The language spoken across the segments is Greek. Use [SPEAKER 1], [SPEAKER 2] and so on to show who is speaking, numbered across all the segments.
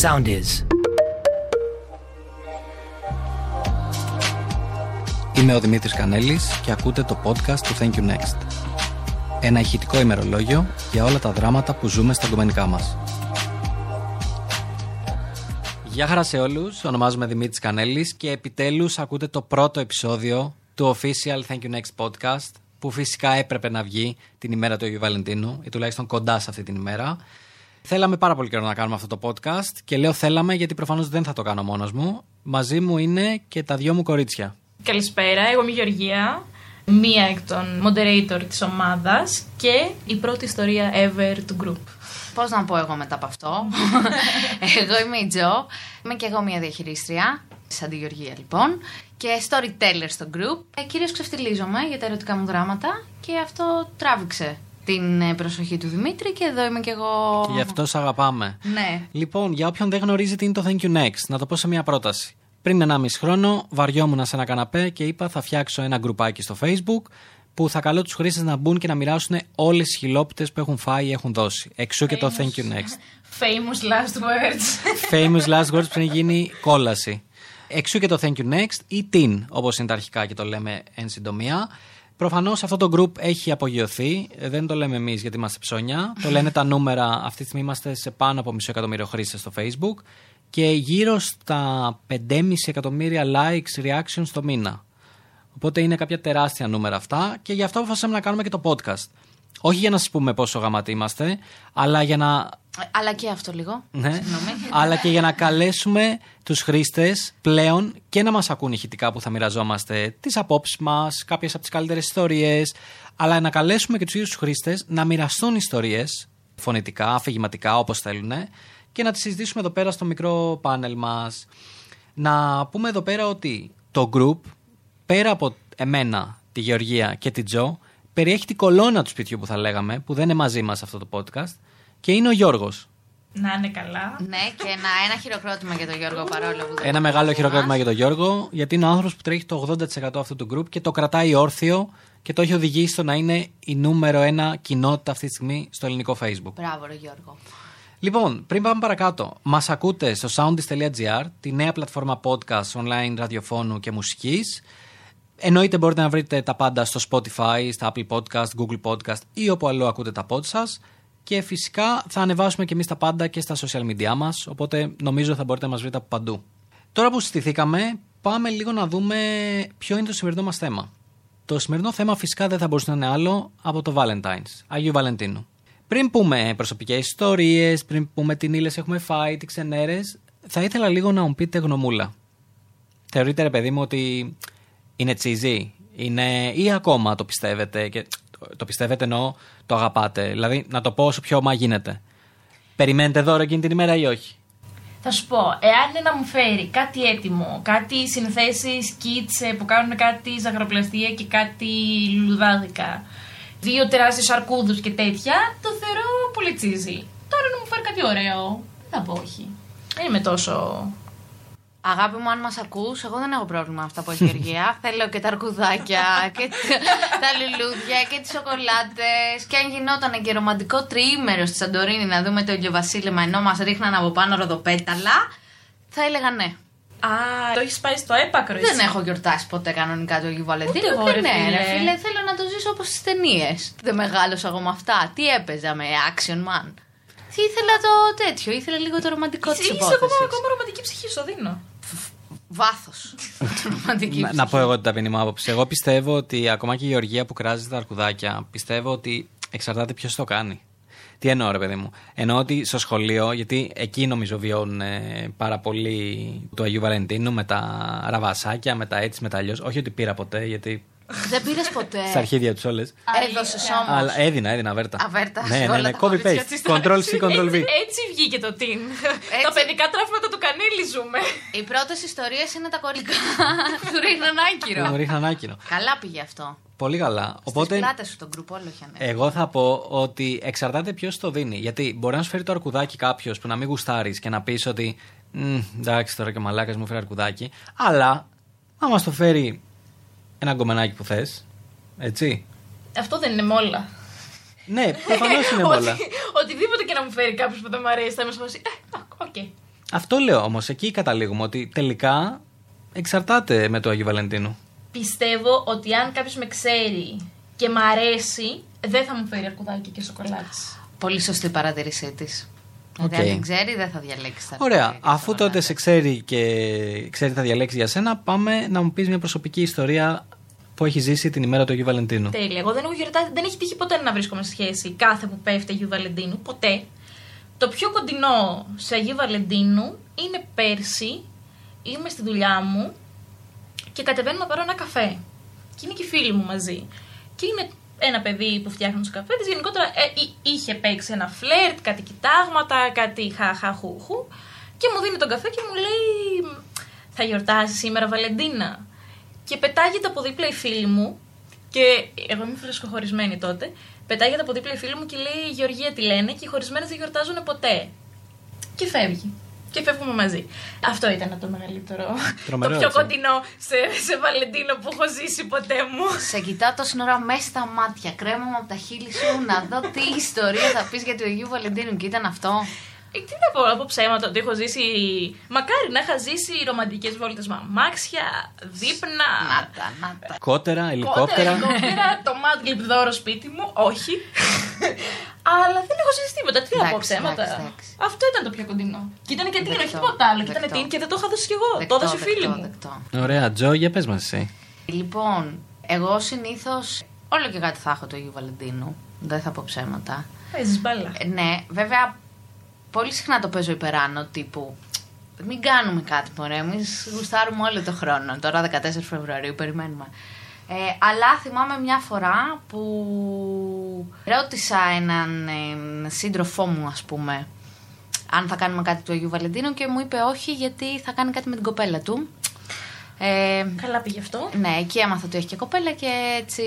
[SPEAKER 1] sound is.
[SPEAKER 2] Είμαι ο Δημήτρης Κανέλης και ακούτε το podcast του Thank You Next. Ένα ηχητικό ημερολόγιο για όλα τα δράματα που ζούμε στα ντομενικά μας. Γεια χαρά σε όλους, ονομάζομαι Δημήτρης Κανέλης και επιτέλους ακούτε το πρώτο επεισόδιο του Official Thank You Next podcast που φυσικά έπρεπε να βγει την ημέρα του Αγίου Βαλεντίνου ή τουλάχιστον κοντά σε αυτή την ημέρα. Θέλαμε πάρα πολύ καιρό να κάνουμε αυτό το podcast και λέω θέλαμε γιατί προφανώς δεν θα το κάνω μόνος μου. Μαζί μου είναι και τα δυο μου κορίτσια.
[SPEAKER 3] Καλησπέρα, εγώ είμαι η Γεωργία, μία εκ των moderator της ομάδας και η πρώτη ιστορία ever του group.
[SPEAKER 4] Πώς να πω εγώ μετά από αυτό. εγώ είμαι η Τζο. Είμαι και εγώ μια διαχειρίστρια. Σαν τη Γεωργία λοιπόν. Και storyteller στο group. Ε, Κυρίως ξεφτυλίζομαι για τα ερωτικά μου δράματα και αυτό τράβηξε την ε, προσοχή του Δημήτρη και εδώ είμαι κι εγώ.
[SPEAKER 2] Και γι' αυτό σ' αγαπάμε.
[SPEAKER 4] Ναι.
[SPEAKER 2] Λοιπόν, για όποιον δεν γνωρίζει τι είναι το Thank You Next, να το πω σε μια πρόταση. Πριν 1,5 χρόνο βαριόμουν σε ένα καναπέ και είπα θα φτιάξω ένα γκρουπάκι στο Facebook που θα καλώ τους χρήστες να μπουν και να μοιράσουν όλες τις χιλόπιτες που έχουν φάει ή έχουν δώσει. Εξού και το Thank You Next.
[SPEAKER 3] Famous last words.
[SPEAKER 2] Famous last words πριν γίνει κόλαση. Εξού και το Thank you next ή TIN, όπως είναι τα αρχικά και το λέμε εν συντομία. Προφανώς αυτό το group έχει απογειωθεί. Ε, Δεν το λέμε εμείς γιατί είμαστε ψώνια. το λένε τα νούμερα. Αυτή τη στιγμή είμαστε σε πάνω από μισό εκατομμύριο χρήστες στο Facebook και γύρω στα 5,5 εκατομμύρια likes, reactions το μήνα. Οπότε είναι κάποια τεράστια νούμερα αυτά και γι' αυτό αποφασίσαμε να κάνουμε και το podcast. Όχι για να σας πούμε πόσο γαμάτι είμαστε, αλλά για να
[SPEAKER 4] Ε, Αλλά και αυτό λίγο.
[SPEAKER 2] ναι.
[SPEAKER 4] Συγγνώμη.
[SPEAKER 2] αλλά και για να καλέσουμε τους χρήστες πλέον και να μας ακούν ηχητικά που θα μοιραζόμαστε τις απόψεις μας, κάποιες από τις καλύτερες ιστορίες, αλλά να καλέσουμε και τους ίδιους τους χρήστες να μοιραστούν ιστορίες φωνητικά, αφηγηματικά όπως θέλουν και να τις συζητήσουμε εδώ πέρα στο μικρό πάνελ μας. Να πούμε εδώ πέρα ότι το group πέρα από εμένα, τη Γεωργία και την Τζο, περιέχει την κολόνα του σπιτιού που θα λέγαμε, που δεν είναι μαζί μας αυτό το podcast, και είναι ο Γιώργος.
[SPEAKER 3] Να είναι καλά.
[SPEAKER 4] Ναι, και ένα, ένα χειροκρότημα για τον Γιώργο παρόλο που δεν
[SPEAKER 2] Ένα μεγάλο χειροκρότημα για τον Γιώργο, γιατί είναι ο άνθρωπος που τρέχει το 80% αυτού του group και το κρατάει όρθιο και το έχει οδηγήσει στο να είναι η νούμερο ένα κοινότητα αυτή τη στιγμή στο ελληνικό Facebook.
[SPEAKER 4] Μπράβο, ρε Γιώργο.
[SPEAKER 2] Λοιπόν, πριν πάμε παρακάτω, μας ακούτε στο soundis.gr, τη νέα πλατφόρμα podcast online ραδιοφώνου και μουσικής. Εννοείται μπορείτε να βρείτε τα πάντα στο Spotify, στα Apple Podcast, Google Podcast ή όπου αλλού ακούτε τα pod σας. Και φυσικά θα ανεβάσουμε και εμείς τα πάντα και στα social media μας, οπότε νομίζω θα μπορείτε να μας βρείτε από παντού. Τώρα που συστηθήκαμε, πάμε λίγο να δούμε ποιο είναι το σημερινό μας θέμα. Το σημερινό θέμα φυσικά δεν θα μπορούσε να είναι άλλο από το Valentine's, Αγίου Βαλεντίνου. Πριν πούμε προσωπικές ιστορίες, πριν πούμε τι ύλες έχουμε φάει, τι ξενέρες, θα ήθελα λίγο να μου πείτε γνωμούλα. Θεωρείτε, ρε παιδί μου, ότι είναι τσίζι, είναι... ή ακόμα το πιστεύετε. Και... Το πιστεύετε εννοώ, το αγαπάτε. Δηλαδή, να το πω όσο πιο όμα γίνεται. Περιμένετε δώρο εκείνη την ημέρα ή όχι.
[SPEAKER 3] Θα σου πω, εάν είναι να μου φέρει κάτι έτοιμο, κάτι συνθέσεις κίτσε που κάνουν κάτι ζαχαροπλαστία και κάτι λουλουδάδικα, δύο τεράστιους αρκούδους και τέτοια, το θεωρώ πολύ τσίζι. Τώρα να μου φέρει κάτι ωραίο, δεν θα πω όχι. Δεν είμαι τόσο.
[SPEAKER 4] Αγάπη μου, αν μας ακούς, εγώ δεν έχω πρόβλημα με αυτά που έχει η Γεωργία. Θέλω και τα αρκουδάκια και τ- τα λουλούδια και τις σοκολάτες. Και αν γινόταν και ρομαντικό τριήμερο στη Σαντορίνη να δούμε το ηλιοβασίλεμα ενώ μας ρίχναν από πάνω ροδοπέταλα, θα έλεγα ναι.
[SPEAKER 3] Α, το έχεις πάει στο έπακρο,
[SPEAKER 4] Δεν έχω γιορτάσει ποτέ κανονικά το Αγίου Βαλεντίνου.
[SPEAKER 3] Ούτε εγώ,
[SPEAKER 4] και
[SPEAKER 3] ρε
[SPEAKER 4] ναι,
[SPEAKER 3] φίλε.
[SPEAKER 4] ρε φίλε, θέλω να το ζήσω όπως στις ταινίες. Δεν μεγάλωσα εγώ με αυτά. Τι έπαιζα με Action Man. Τι ήθελα το τέτοιο, ήθελα λίγο το ρομαντικό της
[SPEAKER 3] Είσαι ακόμα, ακόμα ρομαντική ψυχή, σου το δίνω.
[SPEAKER 4] Βάθος. ρομαντική
[SPEAKER 2] Να, να πω εγώ την ταπεινή μου άποψη. Εγώ πιστεύω ότι ακόμα και η Γεωργία που κράζει τα αρκουδάκια, πιστεύω ότι εξαρτάται ποιος το κάνει. Τι εννοώ, ρε παιδί μου. Εννοώ ότι στο σχολείο, γιατί εκεί νομίζω βιώνουν ε, πάρα πολύ του Αγίου Βαλεντίνου με τα ραβασάκια, με τα έτσι, με τα αλλιώς. Όχι ότι πήρα ποτέ, γιατί
[SPEAKER 4] Δεν πήρες ποτέ.
[SPEAKER 2] στα αρχίδια τους όλες.
[SPEAKER 4] Έδωσε όμως.
[SPEAKER 2] Αλλά έδινα, έδινα βέρτα.
[SPEAKER 4] Αβέρτα,
[SPEAKER 2] Ναι, ναι,
[SPEAKER 4] όλα
[SPEAKER 2] ναι.
[SPEAKER 4] τα
[SPEAKER 2] Copy
[SPEAKER 4] κορίτσια
[SPEAKER 2] paste. Control C, Control V.
[SPEAKER 3] Έτσι, έτσι βγήκε το τιν. Τα παιδικά τραύματα του κανέλη ζούμε.
[SPEAKER 4] Οι πρώτες ιστορίες είναι τα κολλικά. Του ρίχναν
[SPEAKER 2] Μου
[SPEAKER 4] άκυρο.
[SPEAKER 2] ρίχναν άκυρο.
[SPEAKER 4] Καλά πήγε αυτό.
[SPEAKER 2] Πολύ καλά.
[SPEAKER 4] Οπότε...
[SPEAKER 2] Οπότε
[SPEAKER 4] Στι πλάτες σου τον κρουπ όλο είχε ανέβει.
[SPEAKER 2] Εγώ θα πω ότι εξαρτάται ποιος το δίνει. Γιατί μπορεί να σου φέρει το αρκουδάκι κάποιος που να μην γουστάρεις και να πεις ότι. «Μμ, εντάξει, τώρα και ο μαλάκας μου φέρει αρκουδάκι. Αλλά, άμα στο φέρει ένα γκομενάκι που θες. Έτσι.
[SPEAKER 3] Αυτό δεν είναι μόλα.
[SPEAKER 2] Ναι, προφανώς είναι όλα.
[SPEAKER 3] Ότι- Οτιδήποτε και να μου φέρει κάποιος που δεν μου αρέσει, θα είμαι σε φάση, «Ε, οκ, Οκ.
[SPEAKER 2] Αυτό λέω όμως. Εκεί καταλήγουμε ότι τελικά εξαρτάται με το Άγιο Βαλεντίνο.
[SPEAKER 3] Πιστεύω ότι αν κάποιος με ξέρει και μ' αρέσει, δεν θα μου φέρει αρκουδάκι και σοκολάτες.
[SPEAKER 4] Πολύ σωστή η παρατηρήσή της. Δηλαδή,
[SPEAKER 2] Οκ.
[SPEAKER 4] αν την ξέρει, δεν θα διαλέξει τα ναι.
[SPEAKER 2] Ωραία.
[SPEAKER 4] αρκουδάκια και
[SPEAKER 2] Αφού τότε
[SPEAKER 4] σοκολάτες.
[SPEAKER 2] σε ξέρει και ξέρει θα διαλέξει για σένα, πάμε να μου πεις μια προσωπική ιστορία που έχει ζήσει την ημέρα του Αγίου Βαλεντίνου.
[SPEAKER 3] Τέλεια. Εγώ δεν έχω γιορτάσει, δεν έχει τύχει ποτέ να βρίσκομαι σε σχέση κάθε που πέφτει Αγίου Βαλεντίνου. Ποτέ. Το πιο κοντινό σε Αγίου Βαλεντίνου είναι πέρσι. Είμαι στη δουλειά μου και κατεβαίνω να πάρω ένα καφέ. Και είναι και οι φίλοι μου μαζί. Και είναι ένα παιδί που φτιάχνει τους καφές τη. Γενικότερα ε, εί- είχε παίξει ένα φλερτ, κάτι κοιτάγματα, κάτι χαχαχούχου. Και μου δίνει τον καφέ και μου λέει: Θα γιορτάσεις σήμερα Βαλεντίνα. Και πετάγεται από δίπλα η φίλη μου. Και εγώ είμαι φρεσκοχωρισμένη τότε. Πετάγεται από δίπλα η φίλη μου και λέει: Γεωργία τι λένε, και οι χωρισμένες δεν γιορτάζουν ποτέ. Και φεύγει. Και φεύγουμε μαζί. Αυτό ήταν το μεγαλύτερο.
[SPEAKER 2] Τρομερό,
[SPEAKER 3] το πιο
[SPEAKER 2] έτσι.
[SPEAKER 3] κοντινό σε, σε Βαλεντίνο που έχω ζήσει ποτέ μου.
[SPEAKER 4] Σε κοιτάω τόση ώρα μέσα στα μάτια. Κρέμω μου από τα χείλη σου να δω τι ιστορία θα πεις για του Αγίου Βαλεντίνου. Και ήταν αυτό.
[SPEAKER 3] Ε, τι να πω από ψέματα ότι έχω ζήσει. Μακάρι να είχα ζήσει ρομαντικές βόλτες με αμάξια, δείπνα.
[SPEAKER 4] Να τα, να τα.
[SPEAKER 2] Κότερα,
[SPEAKER 3] κότερα,
[SPEAKER 2] ελικόπτερα.
[SPEAKER 3] ελικόπτερα, το Mad Lib δώρο σπίτι μου, όχι. Αλλά δεν έχω ζήσει τίποτα. Τι να πω
[SPEAKER 4] Εντάξει,
[SPEAKER 3] ψέματα.
[SPEAKER 4] εντάξει, εντάξει.
[SPEAKER 3] Αυτό ήταν το πιο κοντινό. Και ήταν και την, όχι
[SPEAKER 4] Δεκτό,
[SPEAKER 3] τίποτα άλλο. Και ήταν
[SPEAKER 4] δεκτό.
[SPEAKER 3] την και δεν το είχα δώσει κι εγώ.
[SPEAKER 4] Δεκτό,
[SPEAKER 3] το έδωσε η φίλη
[SPEAKER 4] δεκτό,
[SPEAKER 3] μου.
[SPEAKER 4] δεκτό.
[SPEAKER 2] Ωραία, Τζο, για πες μας εσύ.
[SPEAKER 4] Λοιπόν, εγώ συνήθως όλο και κάτι θα έχω του Αγίου Βαλεντίνου. Δεν θα πω ψέματα.
[SPEAKER 3] Παίζεις μπάλα.
[SPEAKER 4] Ε, ναι, βέβαια, πολύ συχνά το παίζω υπεράνω τύπου. Μην κάνουμε κάτι, μωρέ. Εμείς γουστάρουμε όλο το χρόνο. Τώρα 14 Φεβρουαρίου, περιμένουμε. Ε, αλλά θυμάμαι μια φορά που ρώτησα έναν ε, σύντροφό μου, ας πούμε, αν θα κάνουμε κάτι του Αγίου Βαλεντίνου και μου είπε όχι γιατί θα κάνει κάτι με την κοπέλα του. Ε,
[SPEAKER 3] Καλά πήγε αυτό.
[SPEAKER 4] ναι, εκεί έμαθα ότι έχει και κοπέλα και έτσι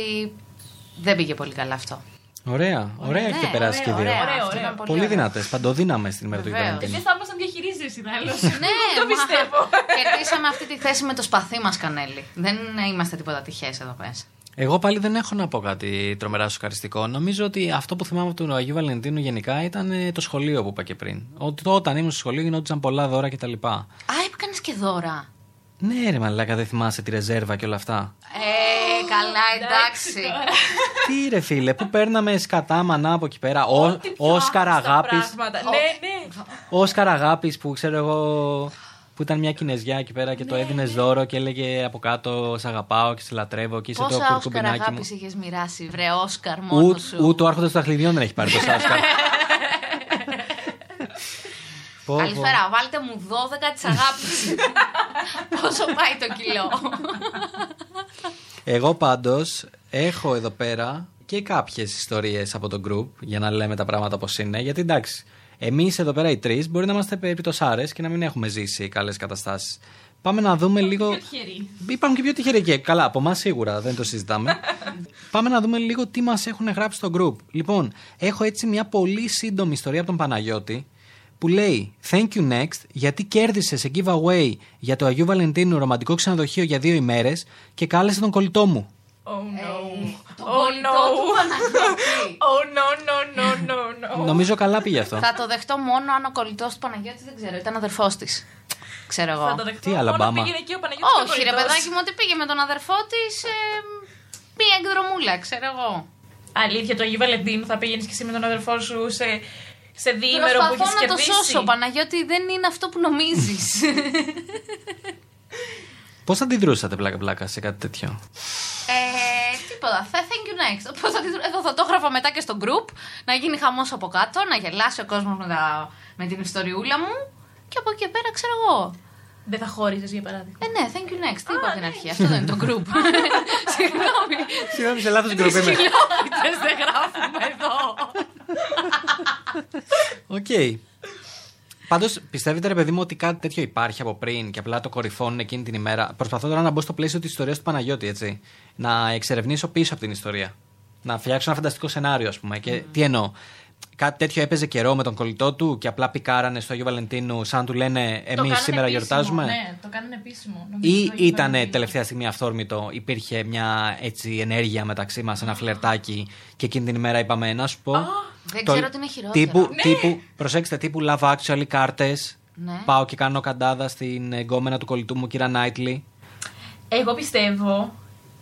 [SPEAKER 4] δεν πήγε πολύ καλά αυτό.
[SPEAKER 2] Ωραία, ωραία έχετε
[SPEAKER 4] Ναι,
[SPEAKER 2] περάσει και
[SPEAKER 4] ωραίο,
[SPEAKER 2] δύο.
[SPEAKER 4] ωραίο,
[SPEAKER 3] Ωραίο,
[SPEAKER 4] αυτό ήταν
[SPEAKER 3] ωραίο.
[SPEAKER 2] Πολύ δυνατές, παντοδύναμες στην ημέρα του Αγίου
[SPEAKER 4] Βεβαίως.
[SPEAKER 2] Βαλεντίνου.
[SPEAKER 3] Δεν θα ήμασταν διαχειρίζεσαι, άλλο.
[SPEAKER 4] Ε. Ναι,
[SPEAKER 3] το
[SPEAKER 4] μα,
[SPEAKER 3] πιστεύω.
[SPEAKER 4] Κερδίσαμε αυτή τη θέση με το σπαθί μας, Κανέλη. Δεν είμαστε τίποτα τυχαίες εδώ μέσα.
[SPEAKER 2] Εγώ πάλι δεν έχω να πω κάτι τρομερά σοκαριστικό. Νομίζω ότι αυτό που θυμάμαι από τον Αγίου Βαλεντίνου γενικά ήταν ε, το σχολείο που είπα και πριν. Ότι όταν ήμουν στο σχολείο γινόντουσαν πολλά δώρα κτλ.
[SPEAKER 4] Α, έκανε και δώρα.
[SPEAKER 2] Ναι, ρε Μαλάκα, δεν θυμάσαι τη ρεζέρβα και όλα αυτά.
[SPEAKER 4] Ε, καλά, εντάξει.
[SPEAKER 2] Τι ρε φίλε, που παίρναμε σκατά μανά από εκεί πέρα. Ο- Όσκαρ Αγάπη.
[SPEAKER 3] Ναι, ναι.
[SPEAKER 2] Όσκαρ Αγάπης που ξέρω εγώ. Που ήταν μια Κινεζιά εκεί πέρα και
[SPEAKER 4] Ναι,
[SPEAKER 2] το έδινε δώρο και έλεγε από κάτω Σε αγαπάω και σε λατρεύω και είσαι το
[SPEAKER 4] Πόσα Όσκαρ
[SPEAKER 2] κουρκουμπινάκι μου.
[SPEAKER 4] αγάπης είχες μοιράσει, βρε Όσκαρ, μόνο
[SPEAKER 2] Ούτε
[SPEAKER 4] σου.
[SPEAKER 2] ούτε ο άρχοντα των Αχλιδιών δεν έχει πάρει το Όσκαρ. Πω, πω.
[SPEAKER 4] Καλησπέρα, βάλτε μου 12 της αγάπης. Πόσο πάει το κιλό.
[SPEAKER 2] Εγώ πάντως έχω εδώ πέρα και κάποιες ιστορίες από το group για να λέμε τα πράγματα όπως είναι. Γιατί εντάξει, εμείς εδώ πέρα οι τρεις μπορεί να είμαστε επιπτωσάρε και να μην έχουμε ζήσει καλές καταστάσεις. Πάμε να δούμε λίγο. Υπάρχουν και πιο τυχεροί εκεί. Καλά, από εμάς σίγουρα δεν το συζητάμε. Πάμε να δούμε λίγο τι μας έχουν γράψει στο group. Λοιπόν, έχω έτσι μια πολύ σύντομη ιστορία από τον Παναγιώτη που λέει Thank you next γιατί κέρδισες σε giveaway για το Αγίου Βαλεντίνου ρομαντικό ξενοδοχείο για δύο ημέρες και κάλεσε τον κολλητό μου.
[SPEAKER 3] Oh no.
[SPEAKER 4] Το
[SPEAKER 3] Oh
[SPEAKER 4] πολιτό
[SPEAKER 3] no.
[SPEAKER 4] του Παναγιώτη.
[SPEAKER 3] Oh no, no, no, no, no.
[SPEAKER 2] Νομίζω καλά πήγε αυτό.
[SPEAKER 4] Θα το δεχτώ μόνο αν ο κολλητός του Παναγιώτης δεν ξέρω, ήταν αδερφός της. Ξέρω εγώ.
[SPEAKER 3] Θα το δεχτώ.
[SPEAKER 2] Τι,
[SPEAKER 3] Μόνο
[SPEAKER 2] Αλαμπάμα.
[SPEAKER 3] πήγαινε εκεί ο Παναγιώτης
[SPEAKER 4] Όχι, ρε
[SPEAKER 3] Κακοϊτός.
[SPEAKER 4] παιδάκι μου, ότι πήγε με τον αδερφό της. μία εκδρομούλα, ξέρω εγώ.
[SPEAKER 3] Αλήθεια, το Αγίου Βαλεντίνου θα πήγαινες και εσύ με τον αδερφό σου σε, σε διήμερο που
[SPEAKER 4] Προσπαθώ
[SPEAKER 3] έχει
[SPEAKER 4] να το
[SPEAKER 3] κερδίσει.
[SPEAKER 4] σώσω, Παναγιώτη, δεν είναι αυτό που νομίζεις.
[SPEAKER 2] Πώς αντιδρούσατε πλάκα-πλάκα σε κάτι τέτοιο.
[SPEAKER 4] ε, τίποτα. Θα thank you next. Οπότε θα τη- εδώ θα το έγραφα μετά και στο group, να γίνει χαμός από κάτω, να γελάσει ο κόσμος με, τα- με την ιστοριούλα μου. Και από εκεί και πέρα, ξέρω εγώ.
[SPEAKER 3] Δεν θα χώριζες για παράδειγμα.
[SPEAKER 4] Ε, ναι, thank you next. Τι είπα από την αρχή. Αυτό δεν είναι το group. Συγγνώμη.
[SPEAKER 2] Συγγνώμη, σε λάθος γκρουπ
[SPEAKER 4] Χιλιόμετρε δεν γράφουμε εδώ.
[SPEAKER 2] Οκ. Πάντως, πιστεύετε, ρε παιδί μου, ότι κάτι τέτοιο υπάρχει από πριν και απλά το κορυφώνουν εκείνη την ημέρα. Προσπαθώ τώρα να μπω στο πλαίσιο της ιστορίας του Παναγιώτη, έτσι. Να εξερευνήσω πίσω από την ιστορία. Να φτιάξω ένα φανταστικό σενάριο, ας πούμε. Και τι εννοώ. Κάτι τέτοιο έπαιζε καιρό με τον κολλητό του και απλά πικάρανε στο Άγιο Βαλεντίνου, σαν του λένε
[SPEAKER 3] Το
[SPEAKER 2] Εμείς
[SPEAKER 3] κάνουν
[SPEAKER 2] σήμερα
[SPEAKER 3] επίσημο,
[SPEAKER 2] γιορτάζουμε.
[SPEAKER 3] Ναι, το κάνουν επίσημο. Νομίζω
[SPEAKER 2] Ή
[SPEAKER 3] το Αγίου
[SPEAKER 2] ήταν
[SPEAKER 3] Βαλεντίνου.
[SPEAKER 2] τελευταία στιγμή αυθόρμητο, υπήρχε μια έτσι ενέργεια μεταξύ μας, ένα φλερτάκι και εκείνη την ημέρα είπαμε να σου πω.
[SPEAKER 4] Δεν
[SPEAKER 2] Το-
[SPEAKER 4] ξέρω τι είναι χειρότερο.
[SPEAKER 2] Τύπου, τύπου, προσέξτε, τύπου love actually κάρτες.
[SPEAKER 4] Ναι.
[SPEAKER 2] Πάω και κάνω καντάδα στην εγκόμενα του κολλητού μου, κύρα Νάιτλι.
[SPEAKER 3] Εγώ πιστεύω.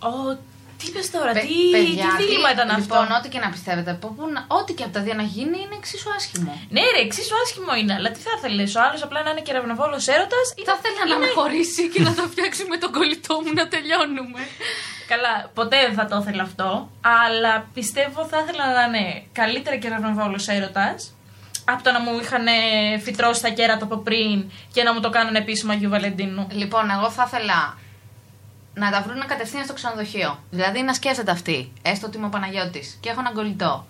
[SPEAKER 3] Ω, τι πες τώρα,
[SPEAKER 4] Παι-
[SPEAKER 3] τι,
[SPEAKER 4] παιδιά,
[SPEAKER 3] τι δίλημα ήταν αυτό.
[SPEAKER 4] Λοιπόν, ό,τι και να πιστεύετε, από πού να- ό,τι και από τα δύο να γίνει είναι εξίσου άσχημο.
[SPEAKER 3] Ναι, ρε, εξίσου άσχημο είναι, αλλά τι θα ήθελε. Ο άλλος απλά να είναι κεραυνοβόλος έρωτας ή
[SPEAKER 4] Θα ήθελα να με χωρίσει και να το φτιάξει με τον κολλητό μου να τελειώνουμε.
[SPEAKER 3] Καλά, ποτέ δεν θα το ήθελα αυτό. Αλλά πιστεύω θα ήθελα να είναι καλύτερα κεραυνοβόλος έρωτας. Από το να μου είχαν ε, φυτρώσει τα κέρατα από πριν και να μου το κάνουν επίσημα Αγίου Βαλεντίνου.
[SPEAKER 4] Λοιπόν, εγώ θα ήθελα να τα βρουν κατευθείαν στο ξενοδοχείο. Δηλαδή να σκέφτεται αυτή. Έστω ότι είμαι ο Παναγιώτης και έχω έναν κολλητό.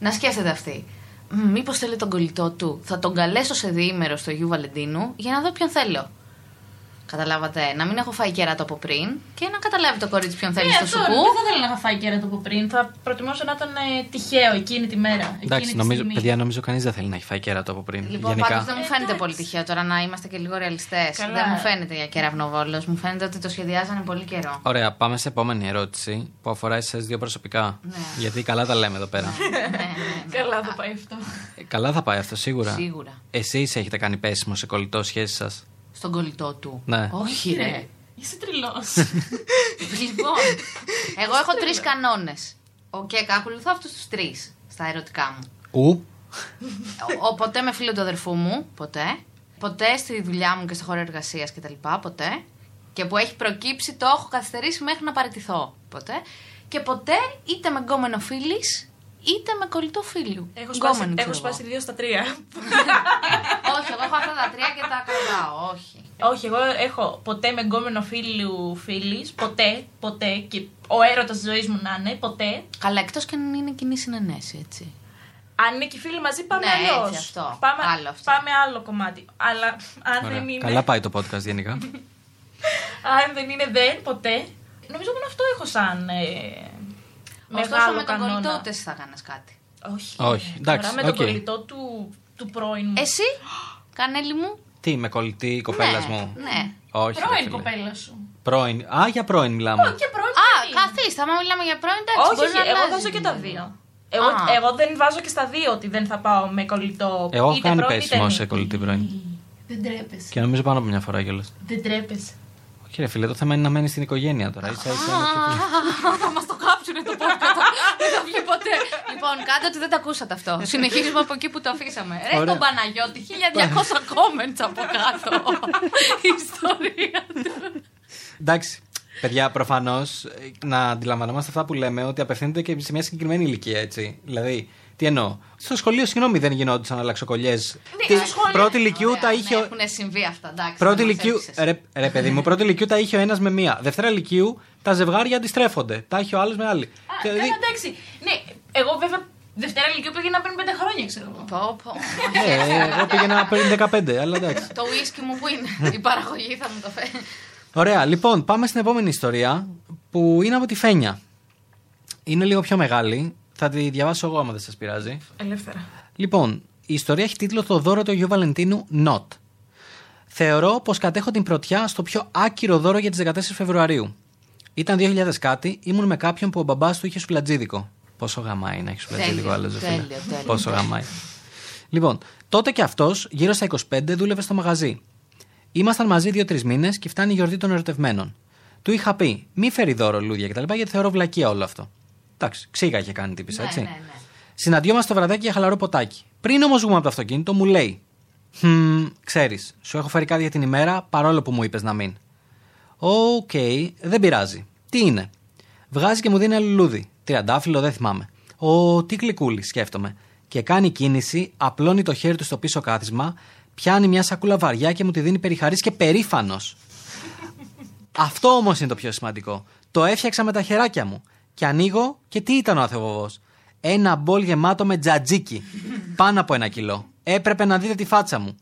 [SPEAKER 4] Να σκέφτεται αυτή. Μήπως θέλει τον κολλητό του. Θα τον καλέσω σε διήμερο στο Γιου Βαλεντίνου για να δω ποιον θέλω. Καταλάβατε. Να μην έχω φάει κεράτο από πριν και να καταλάβει το κορίτσι ποιον θέλει
[SPEAKER 3] Ναι,
[SPEAKER 4] στο
[SPEAKER 3] αυτό,
[SPEAKER 4] σουκού.
[SPEAKER 3] Δεν θα ήθελα να είχα φάει κέρατο από πριν. Θα προτιμούσα να ήταν ε, τυχαίο εκείνη τη μέρα. Εκείνη
[SPEAKER 2] Εντάξει,
[SPEAKER 3] τη
[SPEAKER 2] νομίζω,
[SPEAKER 3] στιγμή.
[SPEAKER 2] παιδιά, νομίζω κανείς δεν θέλει να έχει φάει κέρατο από πριν.
[SPEAKER 4] Λοιπόν,
[SPEAKER 2] γενικά.
[SPEAKER 4] πάντως δεν μου φαίνεται πολύ τυχαίο τώρα να είμαστε και λίγο ρεαλιστές.
[SPEAKER 3] Καλά.
[SPEAKER 4] Δεν μου φαίνεται για κεραυνοβόλος. Μου φαίνεται ότι το σχεδιάζανε πολύ καιρό.
[SPEAKER 2] Ωραία, πάμε σε επόμενη ερώτηση που αφορά εσές δύο προσωπικά.
[SPEAKER 4] Ναι.
[SPEAKER 2] Γιατί καλά τα λέμε εδώ πέρα.
[SPEAKER 4] ναι, ναι,
[SPEAKER 3] Καλά θα πάει αυτό.
[SPEAKER 2] Ε, καλά θα πάει αυτό
[SPEAKER 4] ναι.
[SPEAKER 2] σίγουρα.
[SPEAKER 4] Σίγουρα.
[SPEAKER 2] Εσείς έχετε κάνει πέσιμο σε κολλητό σχέση σας.
[SPEAKER 4] Στον κολλητό του.
[SPEAKER 2] Ναι.
[SPEAKER 4] Όχι, ρε.
[SPEAKER 3] Είσαι τρελός.
[SPEAKER 4] λοιπόν, εγώ έχω τρεις κανόνε. Και ακολουθώ αυτούς τους τρεις στα ερωτικά μου.
[SPEAKER 2] Ου.
[SPEAKER 4] Ο, ο- ποτέ με φίλο του αδερφού μου, ποτέ. Ποτέ στη δουλειά μου και στο χώρο εργασίας κτλ. Ποτέ. Και που έχει προκύψει το έχω καθυστερήσει μέχρι να παραιτηθώ. Ποτέ. Και ποτέ είτε με γκόμενο φίλης, είτε με κολλητό φίλου.
[SPEAKER 3] Έχω σπάσει,
[SPEAKER 4] Γκόμενο,
[SPEAKER 3] έχω
[SPEAKER 4] ξέρω
[SPEAKER 3] σπάσει
[SPEAKER 4] εγώ.
[SPEAKER 3] δύο στα τρία.
[SPEAKER 4] Όχι, εγώ έχω αυτά τα τρία και τα κρατάω. Όχι.
[SPEAKER 3] Όχι, εγώ έχω ποτέ με γκόμενο φίλου φίλης. Ποτέ, ποτέ. Και ο έρωτας της ζωής μου να είναι, ποτέ.
[SPEAKER 4] Καλά, εκτός και αν είναι κοινή συνενέση, έτσι.
[SPEAKER 3] Αν είναι και οι φίλοι μαζί, πάμε
[SPEAKER 4] Ναι,
[SPEAKER 3] αλλιώ.
[SPEAKER 4] έτσι, αυτό.
[SPEAKER 3] Πάμε,
[SPEAKER 4] Άλλο αυτό.
[SPEAKER 3] πάμε άλλο κομμάτι. Αλλά αν
[SPEAKER 2] Ωραία.
[SPEAKER 3] δεν, είναι,
[SPEAKER 2] Καλά πάει το podcast γενικά.
[SPEAKER 3] αν δεν είναι δεν, ποτέ. Νομίζω μόνο αυτό έχω σαν. Ε,
[SPEAKER 4] Ωστόσο,
[SPEAKER 3] μεγάλο
[SPEAKER 4] με τον
[SPEAKER 3] κανόνα.
[SPEAKER 4] κολλητό ούτε εσύ θα κάνεις κάτι.
[SPEAKER 3] Όχι.
[SPEAKER 2] Όχι,
[SPEAKER 3] Τώρα
[SPEAKER 2] εντάξει,
[SPEAKER 3] με τον
[SPEAKER 2] οκ.
[SPEAKER 3] κολλητό του, του πρώην μου.
[SPEAKER 4] Εσύ, κανέλη μου.
[SPEAKER 2] Τι, με κολλητή κοπέλα
[SPEAKER 4] ναι,
[SPEAKER 2] μου.
[SPEAKER 4] Ναι.
[SPEAKER 2] Όχι. ρε
[SPEAKER 3] πρώην
[SPEAKER 2] φίλε.
[SPEAKER 3] κοπέλα σου.
[SPEAKER 2] Πρώην. Α, για πρώην μιλάμε.
[SPEAKER 3] Όχι, και πρώην.
[SPEAKER 4] Α,
[SPEAKER 3] φίλη.
[SPEAKER 4] καθίστε. Άμα μιλάμε για πρώην, εντάξει.
[SPEAKER 3] Όχι,
[SPEAKER 4] μπορείς
[SPEAKER 3] όχι,
[SPEAKER 4] να
[SPEAKER 3] εγώ
[SPEAKER 4] αλλάζεις
[SPEAKER 3] βάζω και τα
[SPEAKER 4] λίγο.
[SPEAKER 3] δύο. Εγώ,
[SPEAKER 4] Α.
[SPEAKER 3] εγώ δεν βάζω και στα δύο ότι δεν θα πάω με κολλητό.
[SPEAKER 2] Εγώ έχω
[SPEAKER 3] είτε
[SPEAKER 2] κάνει
[SPEAKER 3] πρώην,
[SPEAKER 2] πέσιμο
[SPEAKER 3] είτε
[SPEAKER 2] σε
[SPEAKER 3] μη.
[SPEAKER 2] κολλητή πρώην.
[SPEAKER 3] Δεν τρέπεσαι.
[SPEAKER 2] Και νομίζω πάνω από μια φορά κιόλας.
[SPEAKER 3] Δεν τρέπεσαι.
[SPEAKER 2] Όχι, ρε φίλε, το θέμα είναι να μένεις στην οικογένεια τώρα. Ίσα, ίσα, είναι πιο
[SPEAKER 4] Α, Θα μας το κάψουνε το podcast. Δεν θα βγει ποτέ. Λοιπόν, κάντε ότι δεν τα ακούσατε αυτό. Συνεχίζουμε από εκεί που το αφήσαμε. Ρε
[SPEAKER 2] Ωραία.
[SPEAKER 4] τον Παναγιώτη, 1200 comments από κάτω. Η ιστορία του.
[SPEAKER 2] Εντάξει. Παιδιά, προφανώς να αντιλαμβανόμαστε αυτά που λέμε ότι απευθύνεται και σε μια συγκεκριμένη ηλικία, έτσι. Δηλαδή, τι εννοώ. Στο σχολείο, συγγνώμη, δεν γινόντουσαν αλλαξοκολλιέ.
[SPEAKER 3] Ναι, στο σχολείο.
[SPEAKER 2] Πρώτη ηλικίου τα
[SPEAKER 4] Ωραία,
[SPEAKER 2] είχε.
[SPEAKER 4] ναι,
[SPEAKER 2] ο-
[SPEAKER 4] Έχουν συμβεί αυτά, εντάξει.
[SPEAKER 2] Πρώτη
[SPEAKER 4] δεν μας
[SPEAKER 2] ηλικίου.
[SPEAKER 4] έπεισες.
[SPEAKER 2] Ρε, ρε, παιδί μου, πρώτη ηλικίου τα είχε ο ένας με μία. Δευτέρα ηλικίου τα ζευγάρια αντιστρέφονται. Τα είχε ο άλλος με άλλη.
[SPEAKER 3] Α,
[SPEAKER 2] Δηλαδή,
[SPEAKER 3] Καλά, εντάξει. Ναι, εγώ βέβαια Δευτέρα ηλικίου πήγαινα πριν πέντε χρόνια, ξέρω εγώ.
[SPEAKER 4] Πω, πω.
[SPEAKER 2] ε, εγώ πήγαινα πριν 15, αλλά εντάξει.
[SPEAKER 4] Το whisky μου που είναι. Η παραγωγή θα μου το φέρει.
[SPEAKER 2] Ωραία, λοιπόν, πάμε στην επόμενη ιστορία που είναι από τη Φένια. Είναι λίγο πιο μεγάλη. Θα τη διαβάσω εγώ, άμα δεν σας πειράζει.
[SPEAKER 3] Ελεύθερα.
[SPEAKER 2] Λοιπόν, η ιστορία έχει τίτλο Το δώρο του Αγίου Βαλεντίνου Not. Θεωρώ πως κατέχω την πρωτιά στο πιο άκυρο δώρο για τις 14 Φεβρουαρίου. Ήταν 2000 κάτι, ήμουν με κάποιον που ο μπαμπάς του είχε σουβλατζίδικο. Πόσο γαμάει να έχει σουβλατζίδικο
[SPEAKER 4] Τέλειο,
[SPEAKER 2] άλλος, ρε φίλε.
[SPEAKER 4] τέλειο, τέλειο.
[SPEAKER 2] Πόσο γαμάει. λοιπόν, τότε και αυτός, γύρω στα 25, δούλευε στο μαγαζί. Ήμασταν μαζί 2-3 μήνες και φτάνει η γιορτή των ερωτευμένων. Του είχα πει, μη φέρει δώρο λούδια κτλ. γιατί θεωρώ βλακεία όλο αυτό. Εντάξει, ξύγα είχε κάνει τύπησα,
[SPEAKER 4] Ναι,
[SPEAKER 2] έτσι.
[SPEAKER 4] ναι, ναι.
[SPEAKER 2] Συναντιόμαστε το βραδάκι για χαλαρό ποτάκι. Πριν όμως βγούμε από το αυτοκίνητο, μου λέει: Χμ, ξέρεις, σου έχω φέρει κάτι για την ημέρα παρόλο που μου είπες να μην. Οκ, δεν πειράζει. Τι είναι. Βγάζει και μου δίνει ένα λουλούδι. Τριαντάφυλλο, δεν θυμάμαι. Ο τι γλυκούλη, σκέφτομαι. Και κάνει κίνηση, απλώνει το χέρι του στο πίσω κάθισμα, πιάνει μια σακούλα βαριά και μου τη δίνει περιχαρής και περήφανος. Αυτό όμως είναι το πιο σημαντικό. Το έφτιαξα με τα χεράκια μου. Και ανοίγω και τι ήταν ο αθεοβοβό. Ένα μπολ γεμάτο με τζατζίκι. Πάνω από ένα κιλό. Έπρεπε να δείτε τη φάτσα μου.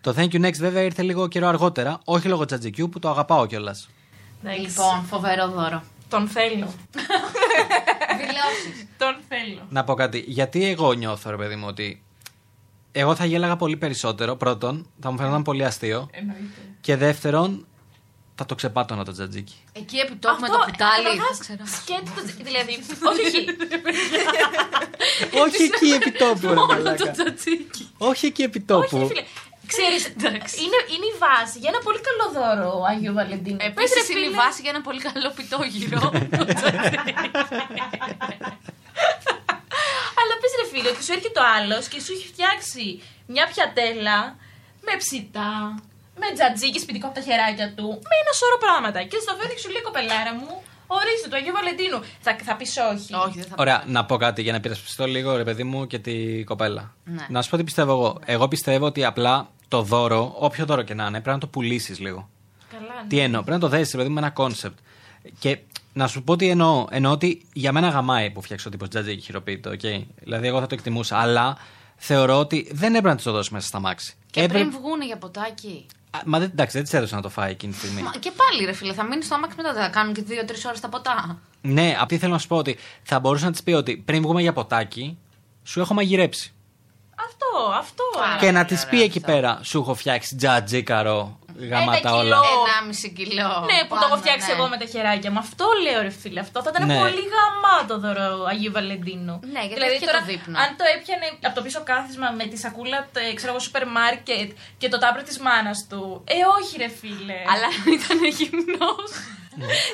[SPEAKER 2] Το thank you next βέβαια ήρθε λίγο καιρό αργότερα, όχι λόγω τζατζικιού που το αγαπάω κιόλας.
[SPEAKER 4] Λοιπόν, φοβερό δώρο.
[SPEAKER 3] Τον θέλω.
[SPEAKER 4] Δηλώσεις.
[SPEAKER 3] Τον θέλω.
[SPEAKER 2] Να πω κάτι. Γιατί εγώ νιώθω, ρε παιδί μου, ότι εγώ θα γέλαγα πολύ περισσότερο. Πρώτον, θα μου φαινόταν πολύ αστείο.
[SPEAKER 3] Εννοείται.
[SPEAKER 2] Και δεύτερον, θα το ξεπάτωνα το τζατζίκι.
[SPEAKER 4] Εκεί επί τόπου με το κουτάλι. δεν ξέρω.
[SPEAKER 3] Σκέτο το τζι- Δηλαδή, όχι εκεί.
[SPEAKER 2] όχι εκεί επί τόπου, ρε
[SPEAKER 4] Όλο το
[SPEAKER 2] μαλάκα.
[SPEAKER 4] τσατσίκι.
[SPEAKER 2] όχι εκεί επί
[SPEAKER 3] Όχι,
[SPEAKER 2] τόπου.
[SPEAKER 3] ρε φίλε. Ξέρεις, είναι, είναι η βάση για ένα πολύ καλό δώρο Αγίου Βαλεντίνου. Πες,
[SPEAKER 4] Επίση
[SPEAKER 3] Ε, ρε,
[SPEAKER 4] είναι η
[SPEAKER 3] φίλε.
[SPEAKER 4] βάση για ένα πολύ καλό πιτόγυρο.
[SPEAKER 3] Αλλά πες ρε φίλε ότι σου έρχεται ο άλλος και σου έχει φτιάξει μια πιατέλα με ψητά, με τζατζίκι σπιτικό από τα χεράκια του, με ένα σώρο πράγματα. Και στο φέρνει και σου λέει κοπελάρα μου, ορίστε του Αγίου Βαλεντίνου. Θα, θα πεις όχι.
[SPEAKER 4] Όχι, δεν θα πω.
[SPEAKER 2] Ωραία, να πω κάτι για να πειρασπιστώ λίγο ρε παιδί μου και τη κοπέλα.
[SPEAKER 4] Ναι.
[SPEAKER 2] Να σου πω τι πιστεύω εγώ. Εγώ πιστεύω ότι απλά το δώρο, όποιο δώρο και να είναι, πρέπει να το πουλήσεις λίγο.
[SPEAKER 3] Καλά, ναι.
[SPEAKER 2] Τι εννοώ, πρέπει να το δέσεις, παιδί μου, με ένα κόνσεπτ. Και να σου πω τι εννοώ. Εννοώ ότι για μένα γαμάει που φτιάξει ο τύπος τζατζίκι χειροποίητο, οκ. Δηλαδή, εγώ θα το εκτιμούσα. Αλλά θεωρώ ότι δεν έπρεπε να τη το δώσει μέσα στα μάξι.
[SPEAKER 4] Και
[SPEAKER 2] Έπρεπε-
[SPEAKER 4] πριν βγούνε για ποτάκι.
[SPEAKER 2] Α, Μα δεν, εντάξει, δεν τη έδωσε να το φάει εκείνη τη στιγμή.
[SPEAKER 4] Μα και πάλι ρε φίλε, θα μείνει στο άμαξι μετά, θα κάνουν και δύο-τρει ώρες τα ποτά.
[SPEAKER 2] Ναι, αυτή θέλω να σου πω ότι θα μπορούσα να της πει ότι πριν βγούμε για ποτάκι, σου έχω μαγειρέψει.
[SPEAKER 3] Αυτό, αυτό.
[SPEAKER 4] Πάρα
[SPEAKER 2] και
[SPEAKER 4] πολύ
[SPEAKER 2] να της
[SPEAKER 4] ωραίο
[SPEAKER 2] πει εκεί
[SPEAKER 4] αυτό.
[SPEAKER 2] πέρα, σου έχω φτιάξει τζατζίκαρο
[SPEAKER 4] Ε,
[SPEAKER 2] γαμάτα
[SPEAKER 3] Ένα
[SPEAKER 2] όλα.
[SPEAKER 3] κιλό. Ω.
[SPEAKER 4] Ενάμιση κιλό.
[SPEAKER 3] Ναι, που το έχω
[SPEAKER 4] Πάμε,
[SPEAKER 3] φτιάξει
[SPEAKER 4] ναι.
[SPEAKER 3] εγώ με τα χεράκια μου. Αυτό λέω ρε φίλε. Αυτό θα ήταν
[SPEAKER 2] Ναι.
[SPEAKER 3] πολύ γαμάτο δώρο Αγίου Βαλεντίνου.
[SPEAKER 4] Ναι, γιατί
[SPEAKER 3] δηλαδή
[SPEAKER 4] έχει και
[SPEAKER 3] τώρα,
[SPEAKER 4] το δείπνο.
[SPEAKER 3] αν το έπιανε από το πίσω κάθισμα με τη σακούλα, τε- ξέρω εγώ, σούπερ μάρκετ και το τάπρο της μάνας του. Ε, όχι ρε φίλε.
[SPEAKER 4] Αλλά ήταν γυμνός.